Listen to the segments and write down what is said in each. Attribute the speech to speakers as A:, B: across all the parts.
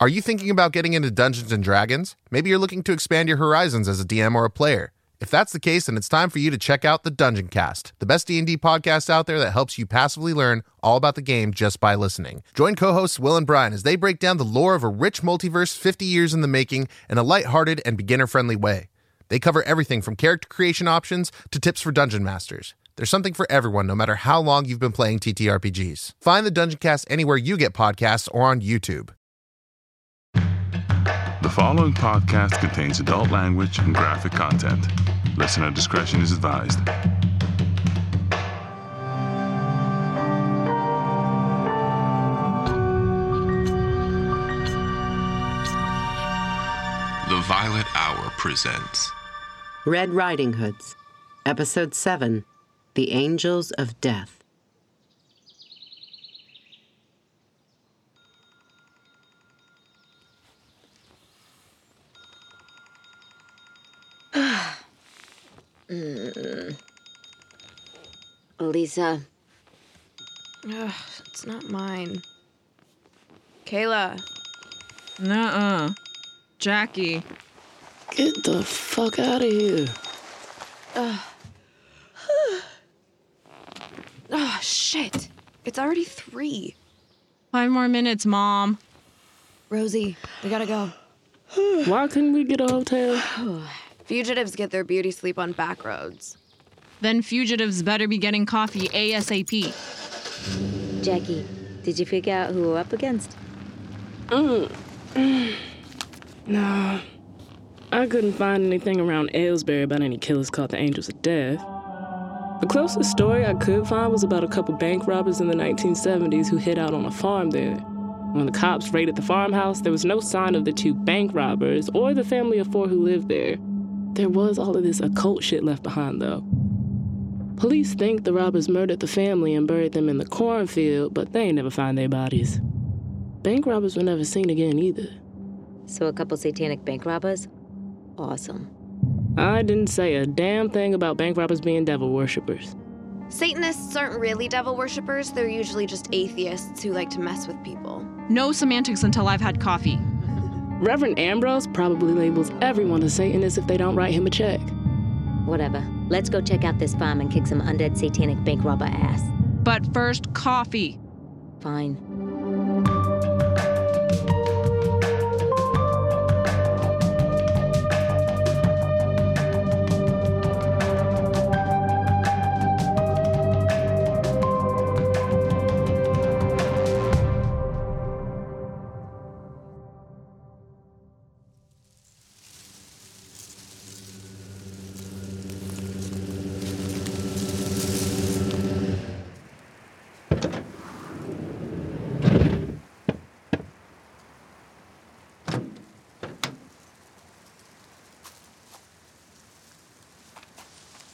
A: Are you thinking about getting into Dungeons and Dragons? Maybe you're looking to expand your horizons as a DM or a player. If that's the case, then it's time for you to check out the Dungeon Cast, the best D&D podcast out there that helps you passively learn all about the game just by listening. Join co-hosts Will and Brian as they break down the lore of a rich multiverse 50 years in the making in a lighthearted and beginner-friendly way. They cover everything from character creation options to tips for dungeon masters. There's something for everyone, no matter how long you've been playing TTRPGs. Find the Dungeon Cast anywhere you get podcasts or on YouTube.
B: The following podcast contains adult language and graphic content. Listener discretion is advised.
C: The Violet Hour presents
D: Red Riding Hoods, Episode 7 The Angels of Death.
E: Lisa,
F: Ugh, it's not mine. Kayla,
G: Nuh-uh. Jackie.
E: get the fuck out of here.
F: oh shit, it's already three.
G: Five more minutes, Mom.
F: Rosie, we gotta go.
E: Why couldn't we get a hotel?
F: Fugitives get their beauty sleep on back roads.
G: Then fugitives better be getting coffee ASAP.
H: Jackie, did you figure out who we're up against?
E: Mm. Nah. I couldn't find anything around Aylesbury about any killers called the Angels of Death. The closest story I could find was about a couple bank robbers in the 1970s who hid out on a farm there. When the cops raided the farmhouse, there was no sign of the two bank robbers or the family of four who lived there. There was all of this occult shit left behind, though. Police think the robbers murdered the family and buried them in the cornfield, but they ain't never find their bodies. Bank robbers were never seen again either.
H: So a couple satanic bank robbers? Awesome.
E: I didn't say a damn thing about bank robbers being devil worshippers.
F: Satanists aren't really devil worshippers, they're usually just atheists who like to mess with people.
G: No semantics until I've had coffee.
E: Reverend Ambrose probably labels everyone a Satanist if they don't write him a check.
H: Whatever. Let's go check out this farm and kick some undead satanic bank robber ass.
G: But first, coffee.
H: Fine.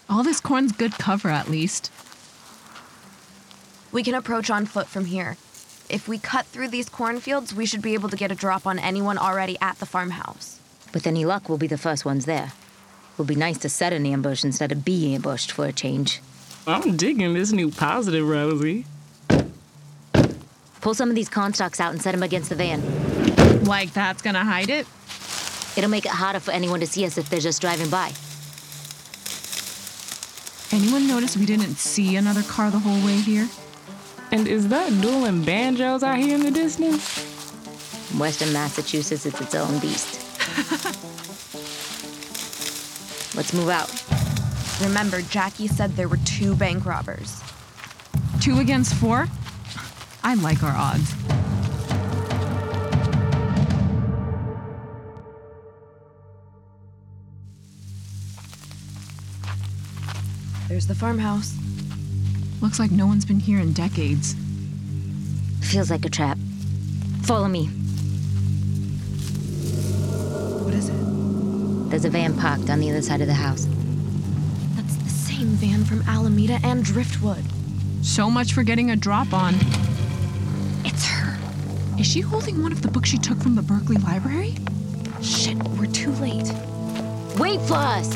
G: All this corn's good cover, at least.
F: We can approach on foot from here. If we cut through these cornfields, we should be able to get a drop on anyone already at the farmhouse.
H: With any luck, we'll be the first ones there. Would be nice to set an ambush instead of be ambushed for a change.
E: I'm digging this new positive, Rosie.
H: Pull some of these cornstalks out and set them against the van.
G: Like that's gonna hide it?
H: It'll make it harder for anyone to see us if they're just driving by.
G: Anyone notice we didn't see another car the whole way here?
E: And is that dueling banjos out here in the distance?
H: Western Massachusetts is its own beast. Let's move out.
F: Remember, Jackie said there were two bank robbers.
G: Two against four? I like our odds.
F: There's the farmhouse.
G: Looks like no one's been here in decades.
H: Feels like a trap. Follow me.
F: What is it?
H: There's a van parked on the other side of the house.
F: That's the same van from Alameda and Driftwood.
G: So much for getting a drop on.
F: It's her.
G: Is she holding one of the books she took from the Berkeley Library?
F: Shit, we're too late.
H: Wait for us!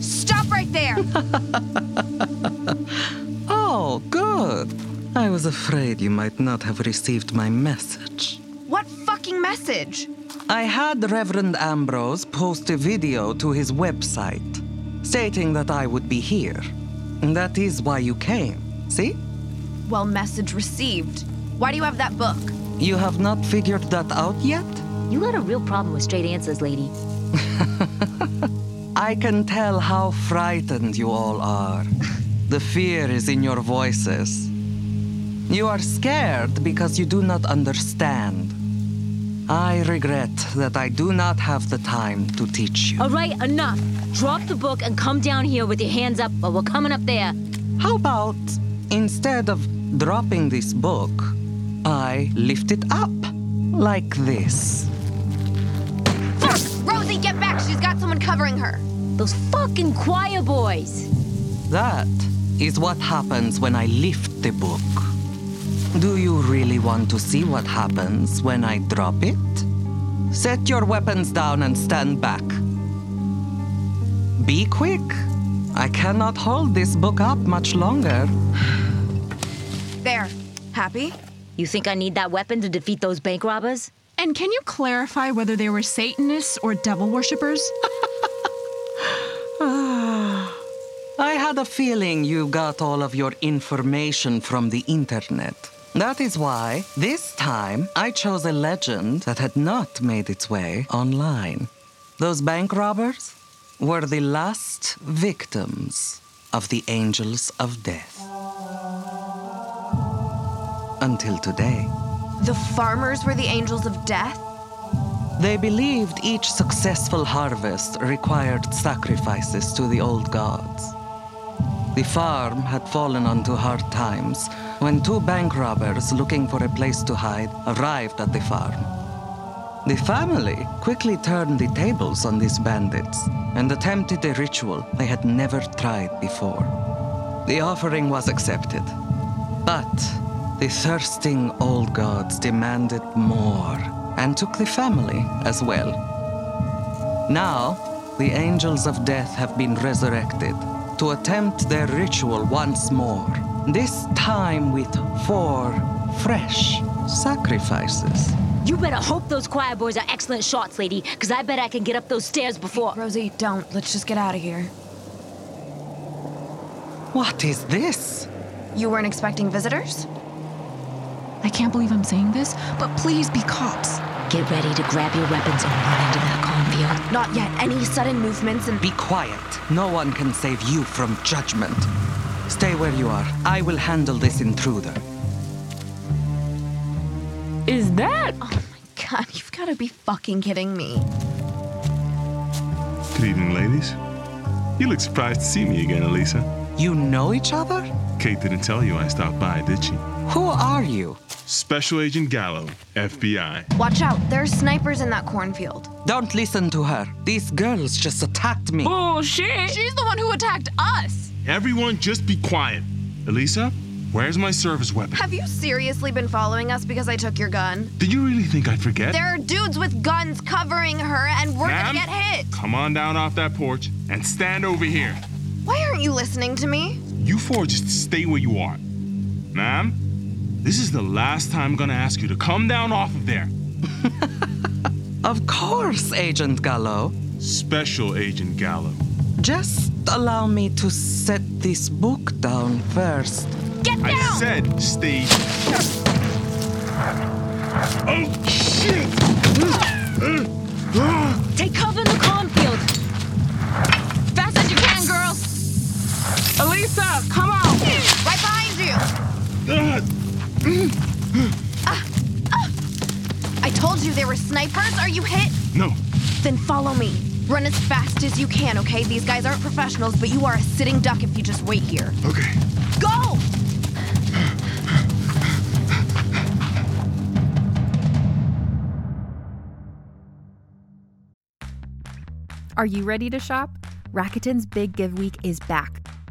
F: Stop right there!
I: Oh, good. I was afraid you might not have received my message.
F: What fucking message?
I: I had Reverend Ambrose post a video to his website stating that I would be here. And That is why you came. See?
F: Well, message received. Why do you have that book?
I: You have not figured that out yet?
H: You got a real problem with straight answers, lady.
I: I can tell how frightened you all are. The fear is in your voices. You are scared because you do not understand. I regret that I do not have the time to teach you.
H: All right, enough. Drop the book and come down here with your hands up, or we're coming up there.
I: How about instead of dropping this book, I lift it up like this?
F: Fuck! Rosie, get back! She's got someone covering her!
H: Those fucking choir boys.
I: That is what happens when I lift the book. Do you really want to see what happens when I drop it? Set your weapons down and stand back. Be quick. I cannot hold this book up much longer.
F: There. Happy?
H: You think I need that weapon to defeat those bank robbers?
G: And can you clarify whether they were Satanists or devil worshippers?
I: Ah. I had a feeling you got all of your information from the internet. That is why, this time, I chose a legend that had not made its way online. Those bank robbers were the last victims of the Angels of Death. Until today.
F: The farmers were the angels of death?
I: They believed each successful harvest required sacrifices to the old gods. The farm had fallen onto hard times when two bank robbers looking for a place to hide arrived at the farm. The family quickly turned the tables on these bandits and attempted a ritual they had never tried before. The offering was accepted, but the thirsting old gods demanded more and took the family as well. Now, the angels of death have been resurrected to attempt their ritual once more, this time with four fresh sacrifices.
H: You better hope those choir boys are excellent shots, lady, because I bet I can get up those stairs before.
F: Rosie, don't. Let's just get out of here.
I: What is this?
F: You weren't expecting visitors?
G: I can't believe I'm saying this, but please be cops.
H: Get ready to grab your weapons and run into that cornfield.
F: Not yet. Any sudden movements and.
I: Be quiet. No one can save you from judgment. Stay where you are. I will handle this intruder.
E: Is that?
F: Oh God, you've gotta be fucking kidding me.
B: Good evening, ladies. You look surprised to see me again, Elisa.
I: You know each other?
B: Kate didn't tell you I stopped by, did she?
I: Who are you?
B: Special Agent Gallo, FBI.
F: Watch out. There's snipers in that cornfield.
I: Don't listen to her. These girls just attacked me.
E: Bullshit.
G: She's the one who attacked us.
B: Everyone, just be quiet. Elisa, where's my service weapon?
F: Have you seriously been following us because I took your gun?
B: Did you really think I'd forget?
F: There are dudes with guns covering her, and we're
B: Ma'am?
F: gonna get hit.
B: Come on down off that porch and stand over here.
F: Why aren't you listening to me?
B: You four just stay where you are. Ma'am, this is the last time I'm gonna ask you to come down off of there.
I: Of course, Agent Gallo.
B: Special Agent Gallo.
I: Just allow me to set this book down first.
F: Get
B: I
F: down!
B: said stay. Oh, shit!
H: Take cover in the cornfield.
G: Fast as you can, girls.
E: Elisa, come on.
F: Right behind you! Uh,
B: Ah,
F: I told you there were snipers. Are you hit?
B: No,
F: Then follow me. Run as fast as you can, okay? These guys aren't professionals, but you are a sitting duck if you just wait here.
B: okay.
F: Go!
J: Are you ready to shop? Rakuten's Big Give Week is back.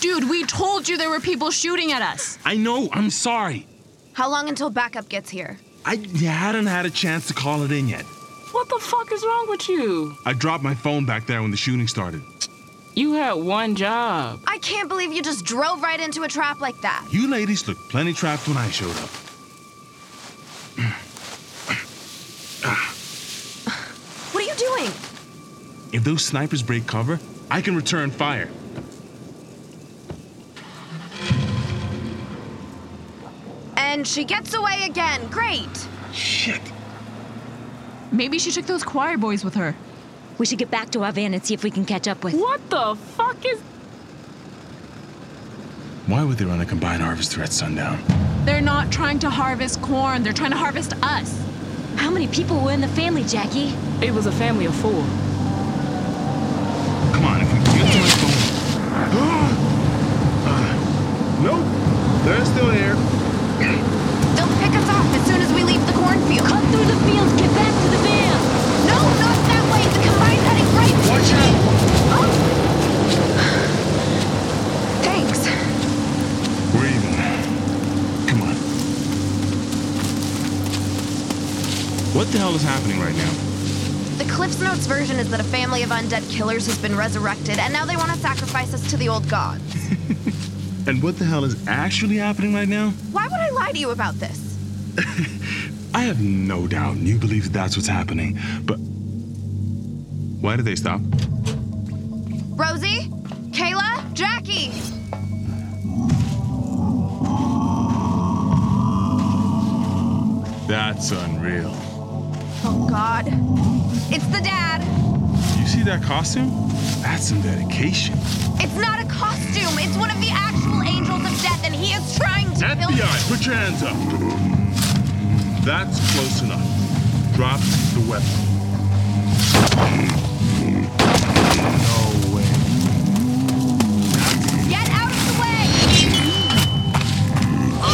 G: Dude, we told you there were people shooting at us.
B: I know, I'm sorry.
F: How long until backup gets here?
B: I hadn't had a chance to call it in yet.
E: What the fuck is wrong with you?
B: I dropped my phone back there when the shooting started.
E: You had one job.
F: I can't believe you just drove right into a trap like that.
B: You ladies looked plenty trapped when I showed up.
F: What are you doing?
B: If those snipers break cover, I can return fire.
F: And she gets away again. Great.
B: Shit.
G: Maybe she took those choir boys with her.
H: We should get back to our van and see if we can catch up with.
E: What the fuck is.
B: Why would they run a combined harvester at sundown?
G: They're not trying to harvest corn, they're trying to harvest us.
H: How many people were in the family, Jackie?
E: It was a family of four.
B: Come on, if we can get to my phone. Uh, nope, they're still here.
F: They'll pick us off as soon as we leave the cornfield.
H: Cut through the fields, get back to the van.
F: No, not that way. The combine's heading right.
B: Watch out.
F: Oh. Thanks.
B: We're even. Come on. What the hell is happening right now?
F: The Cliffs Notes version is that a family of undead killers has been resurrected, and now they want to sacrifice us to the old gods.
B: And what the hell is actually happening right now?
F: Why would I lie to you about this?
B: I have no doubt you believe that that's what's happening, but. Why did they stop?
F: Rosie, Kayla, Jackie!
B: That's unreal.
F: Oh, God. It's the dad.
B: You see that costume? That's some dedication.
F: It's not a costume. It's one of the actual angels of death, and he is trying to
B: FBI,
F: build.
B: put your hands up. That's close enough. Drop the weapon. No way.
F: Get out of the way!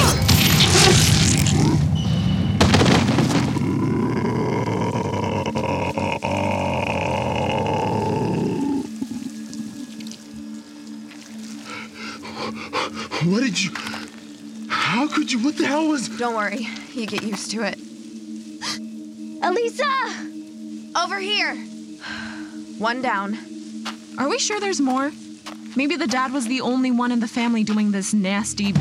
B: What did you? How could you? What the hell was?
F: Don't worry. You get used to it. Elisa! Over here. One down.
G: Are we sure there's more? Maybe the dad was the only one in the family doing this nasty.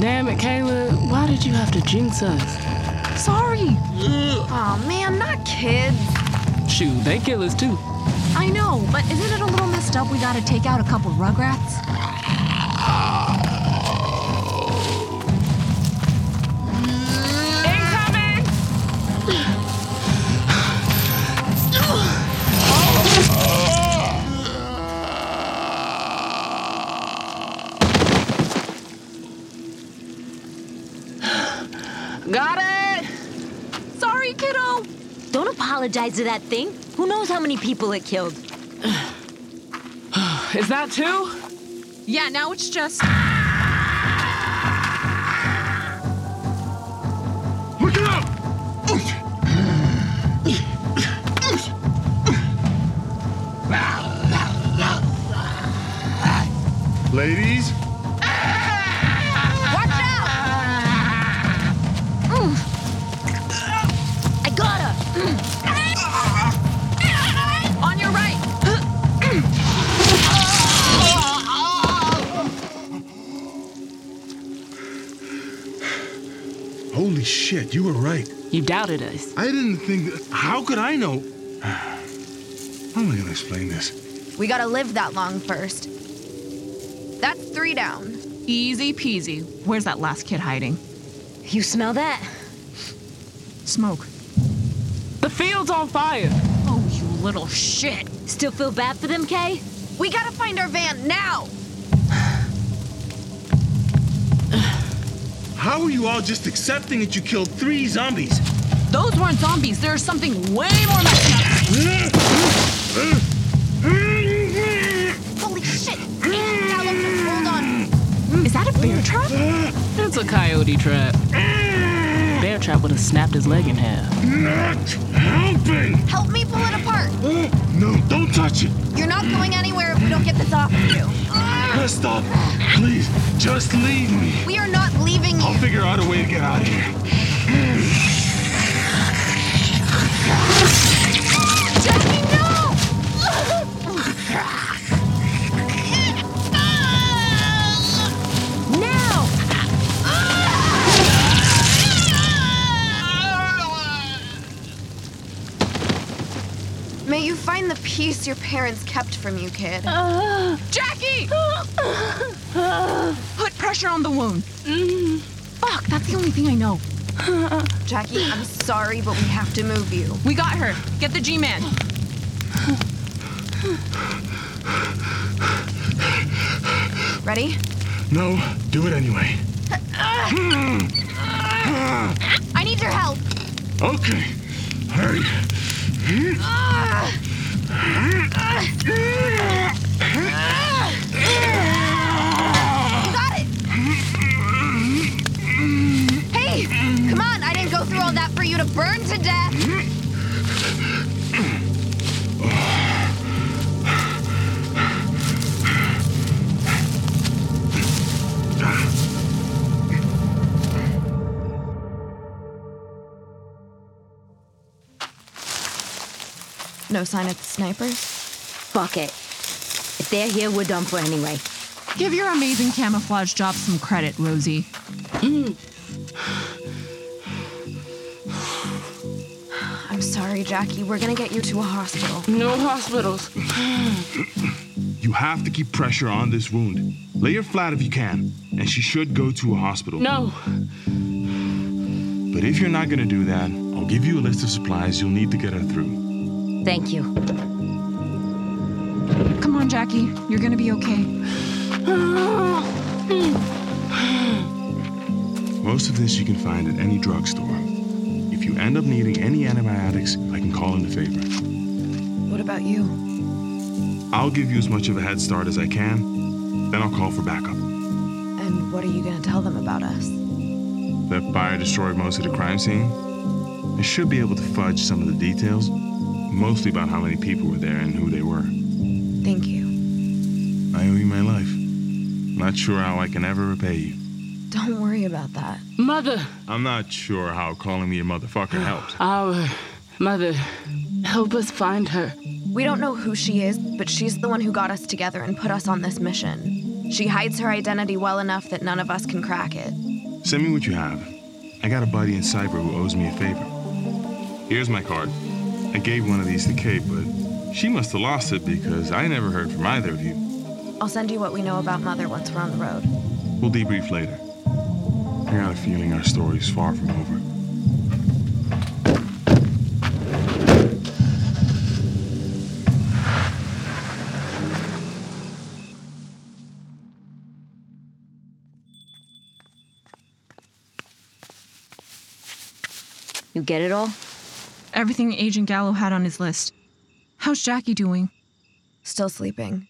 E: Damn it, Kayla. Why did you have to jinx us?
G: Sorry.
F: Oh man, not kids.
E: Shoot, they killers too.
G: I know, but isn't it a little messed up we gotta take out a couple rugrats?
H: Got it!
G: Sorry, kiddo!
H: Don't apologize to that thing. Who knows how many people it killed?
E: Is that two?
G: Yeah, now it's just.
B: Look it up! Ladies,
F: Watch out! Mm. I got her!
G: Mm. On your right!
B: holy shit, you were right.
E: You doubted us.
B: I didn't think. That, how could I know? How am I gonna explain this?
F: We gotta live that long first. That's three down.
G: Easy peasy. Where's that last kid hiding?
H: You smell that?
G: Smoke.
E: The field's on fire.
G: Oh, you little shit.
H: Still feel bad for them, Kay?
F: We gotta find our van now!
B: How are you all just accepting that you killed three zombies?
G: Those weren't zombies. There's something way more messed up.
F: Holy shit! Now let's just hold on.
G: Is that a bear trap?
E: It's a coyote trap. Bear trap would have snapped his leg in half.
B: Not helping!
F: Help me pull it apart!
B: No, don't touch it!
F: You're not going anywhere if we don't get this off of you.
B: No, Stop! Please, just leave me.
F: We are not leaving
B: I'll
F: you.
B: figure out a way to get out of here.
F: Jackie, no!
H: Now!
F: May you find the peace your parents kept from you, kid.
G: Jackie! Put pressure on the wound. Fuck, that's the only thing I know.
F: Jackie, I'm sorry, but we have to move you.
G: We got her. Get the G Man.
F: Ready?
B: No, do it anyway.
G: Ah!
F: I need your help.
B: Ah, Okay, hurry.
F: You got it! Hey! Come on, I didn't go through all that for you to burn to death!
B: Oh,
F: No sign of the snipers?
H: Fuck it. If they're here, we're done for anyway.
G: Give your amazing camouflage job some credit, Rosie.
H: Mm-hmm.
F: I'm sorry, Jackie. We're gonna get you to a hospital.
E: No hospitals.
B: You have to keep pressure on this wound. Lay her flat if you can, and she should go to a hospital.
E: No.
B: But if you're not gonna do that, I'll give you a list of supplies you'll need to get her through.
H: Thank you.
G: Come on, Jackie. You're gonna be okay.
B: Most of this you can find at any drugstore. If you end up needing any antibiotics, I can call in a favor.
F: What about you?
B: I'll give you as much of a head start as I can, then I'll call for backup.
F: And what are you gonna tell them about us?
B: That fire destroyed most of the crime scene. I should be able to fudge some of the details, mostly about how many people were there and who they were.
F: Thank you.
B: I owe you my life. Not sure how I can ever repay you.
F: Don't worry about that.
E: Mother.
B: I'm not sure how calling me a motherfucker helped.
E: Our mother. Help us find her.
F: We don't know who she is, but she's the one who got us together and put us on this mission. She hides her identity well enough that none of us can crack it.
B: Send me what you have. I got a buddy in cyber who owes me a favor. Here's my card. I gave one of these to Kate, but She must have lost it because I never heard from either of you.
F: I'll send you what we know about Mother once we're on the road.
B: We'll debrief later. I got a feeling our story's far from over.
H: You get it all?
G: Everything Agent Gallo had on his list. How's Jackie doing?
F: Still sleeping.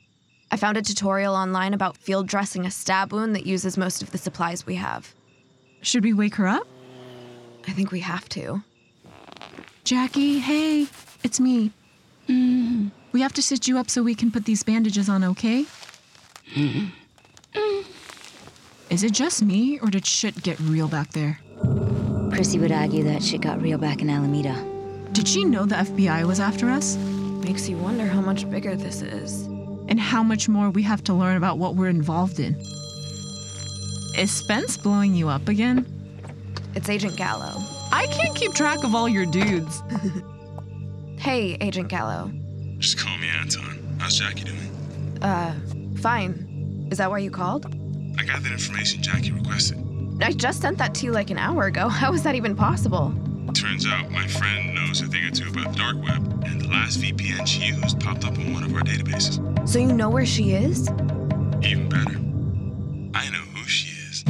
F: I found a tutorial online about field dressing a stab wound that uses most of the supplies we have.
G: Should we wake her up?
F: I think we have to.
G: Jackie, hey, it's me.
H: Mm-hmm.
G: Mm. We have to sit you up so we can put these bandages on, okay? Mm. Mm. Is it just me, or did shit get real back there?
H: Chrissy would argue that shit got real back in Alameda.
G: Did she know the FBI was after us?
F: Makes you wonder how much bigger this is.
G: And how much more we have to learn about what we're involved in. Is Spence blowing you up again?
F: It's Agent Gallo.
G: I can't keep track of all your dudes.
F: hey, Agent Gallo.
B: Just call me Anton. How's Jackie doing?
F: Uh, fine. Is that why you called?
B: I got that information Jackie requested.
F: I just sent that to you like an hour ago. How is that even possible?
B: Turns out my friend knows a thing or two about the dark web, and the last VPN she used popped up in one of our databases.
F: So you know where she is?
B: Even better. I know who she is.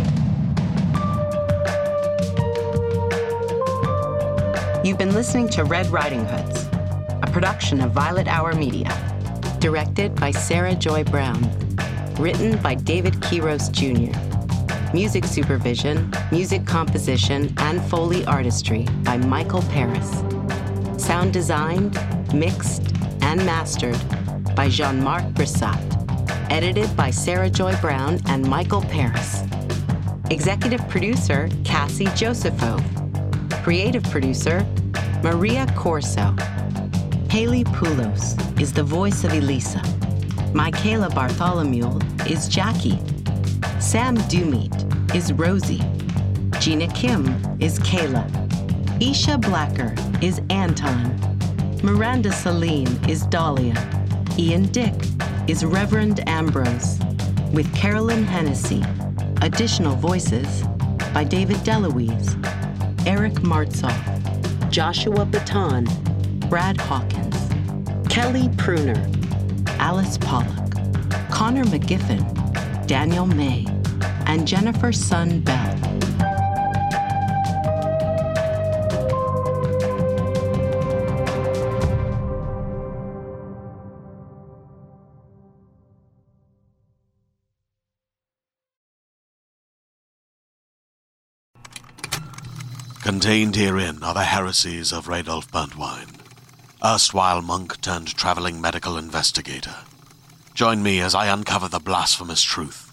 K: You've been listening to Red Riding Hoods, a production of Violet Hour Media. Directed by Sarah Joy Brown. Written by David Quiros Jr music supervision, music composition, and Foley artistry by Michael Paris. Sound designed, mixed, and mastered by Jean Marc Brissat. Edited by Sarah Joy Brown and Michael Paris. Executive producer Cassie Josepho. Creative producer Maria Corso. Haley Poulos is the voice of Elisa. Michaela Bartholomew is Jackie. Sam Dumeet is Rosie. Gina Kim is Kayla. Isha Blacker is Anton. Miranda Salim is Dahlia. Ian Dick is Reverend Ambrose. With Carolyn Hennessy. Additional voices by David DeLuise, Eric Martzoff, Joshua Baton, Brad Hawkins, Kelly Pruner, Alice Pollock, Connor McGiffin, Daniel May and Jennifer Sun Bell.
L: Contained herein are the heresies of Radolf Burntwine, erstwhile monk turned traveling medical investigator. Join me as I uncover the blasphemous truth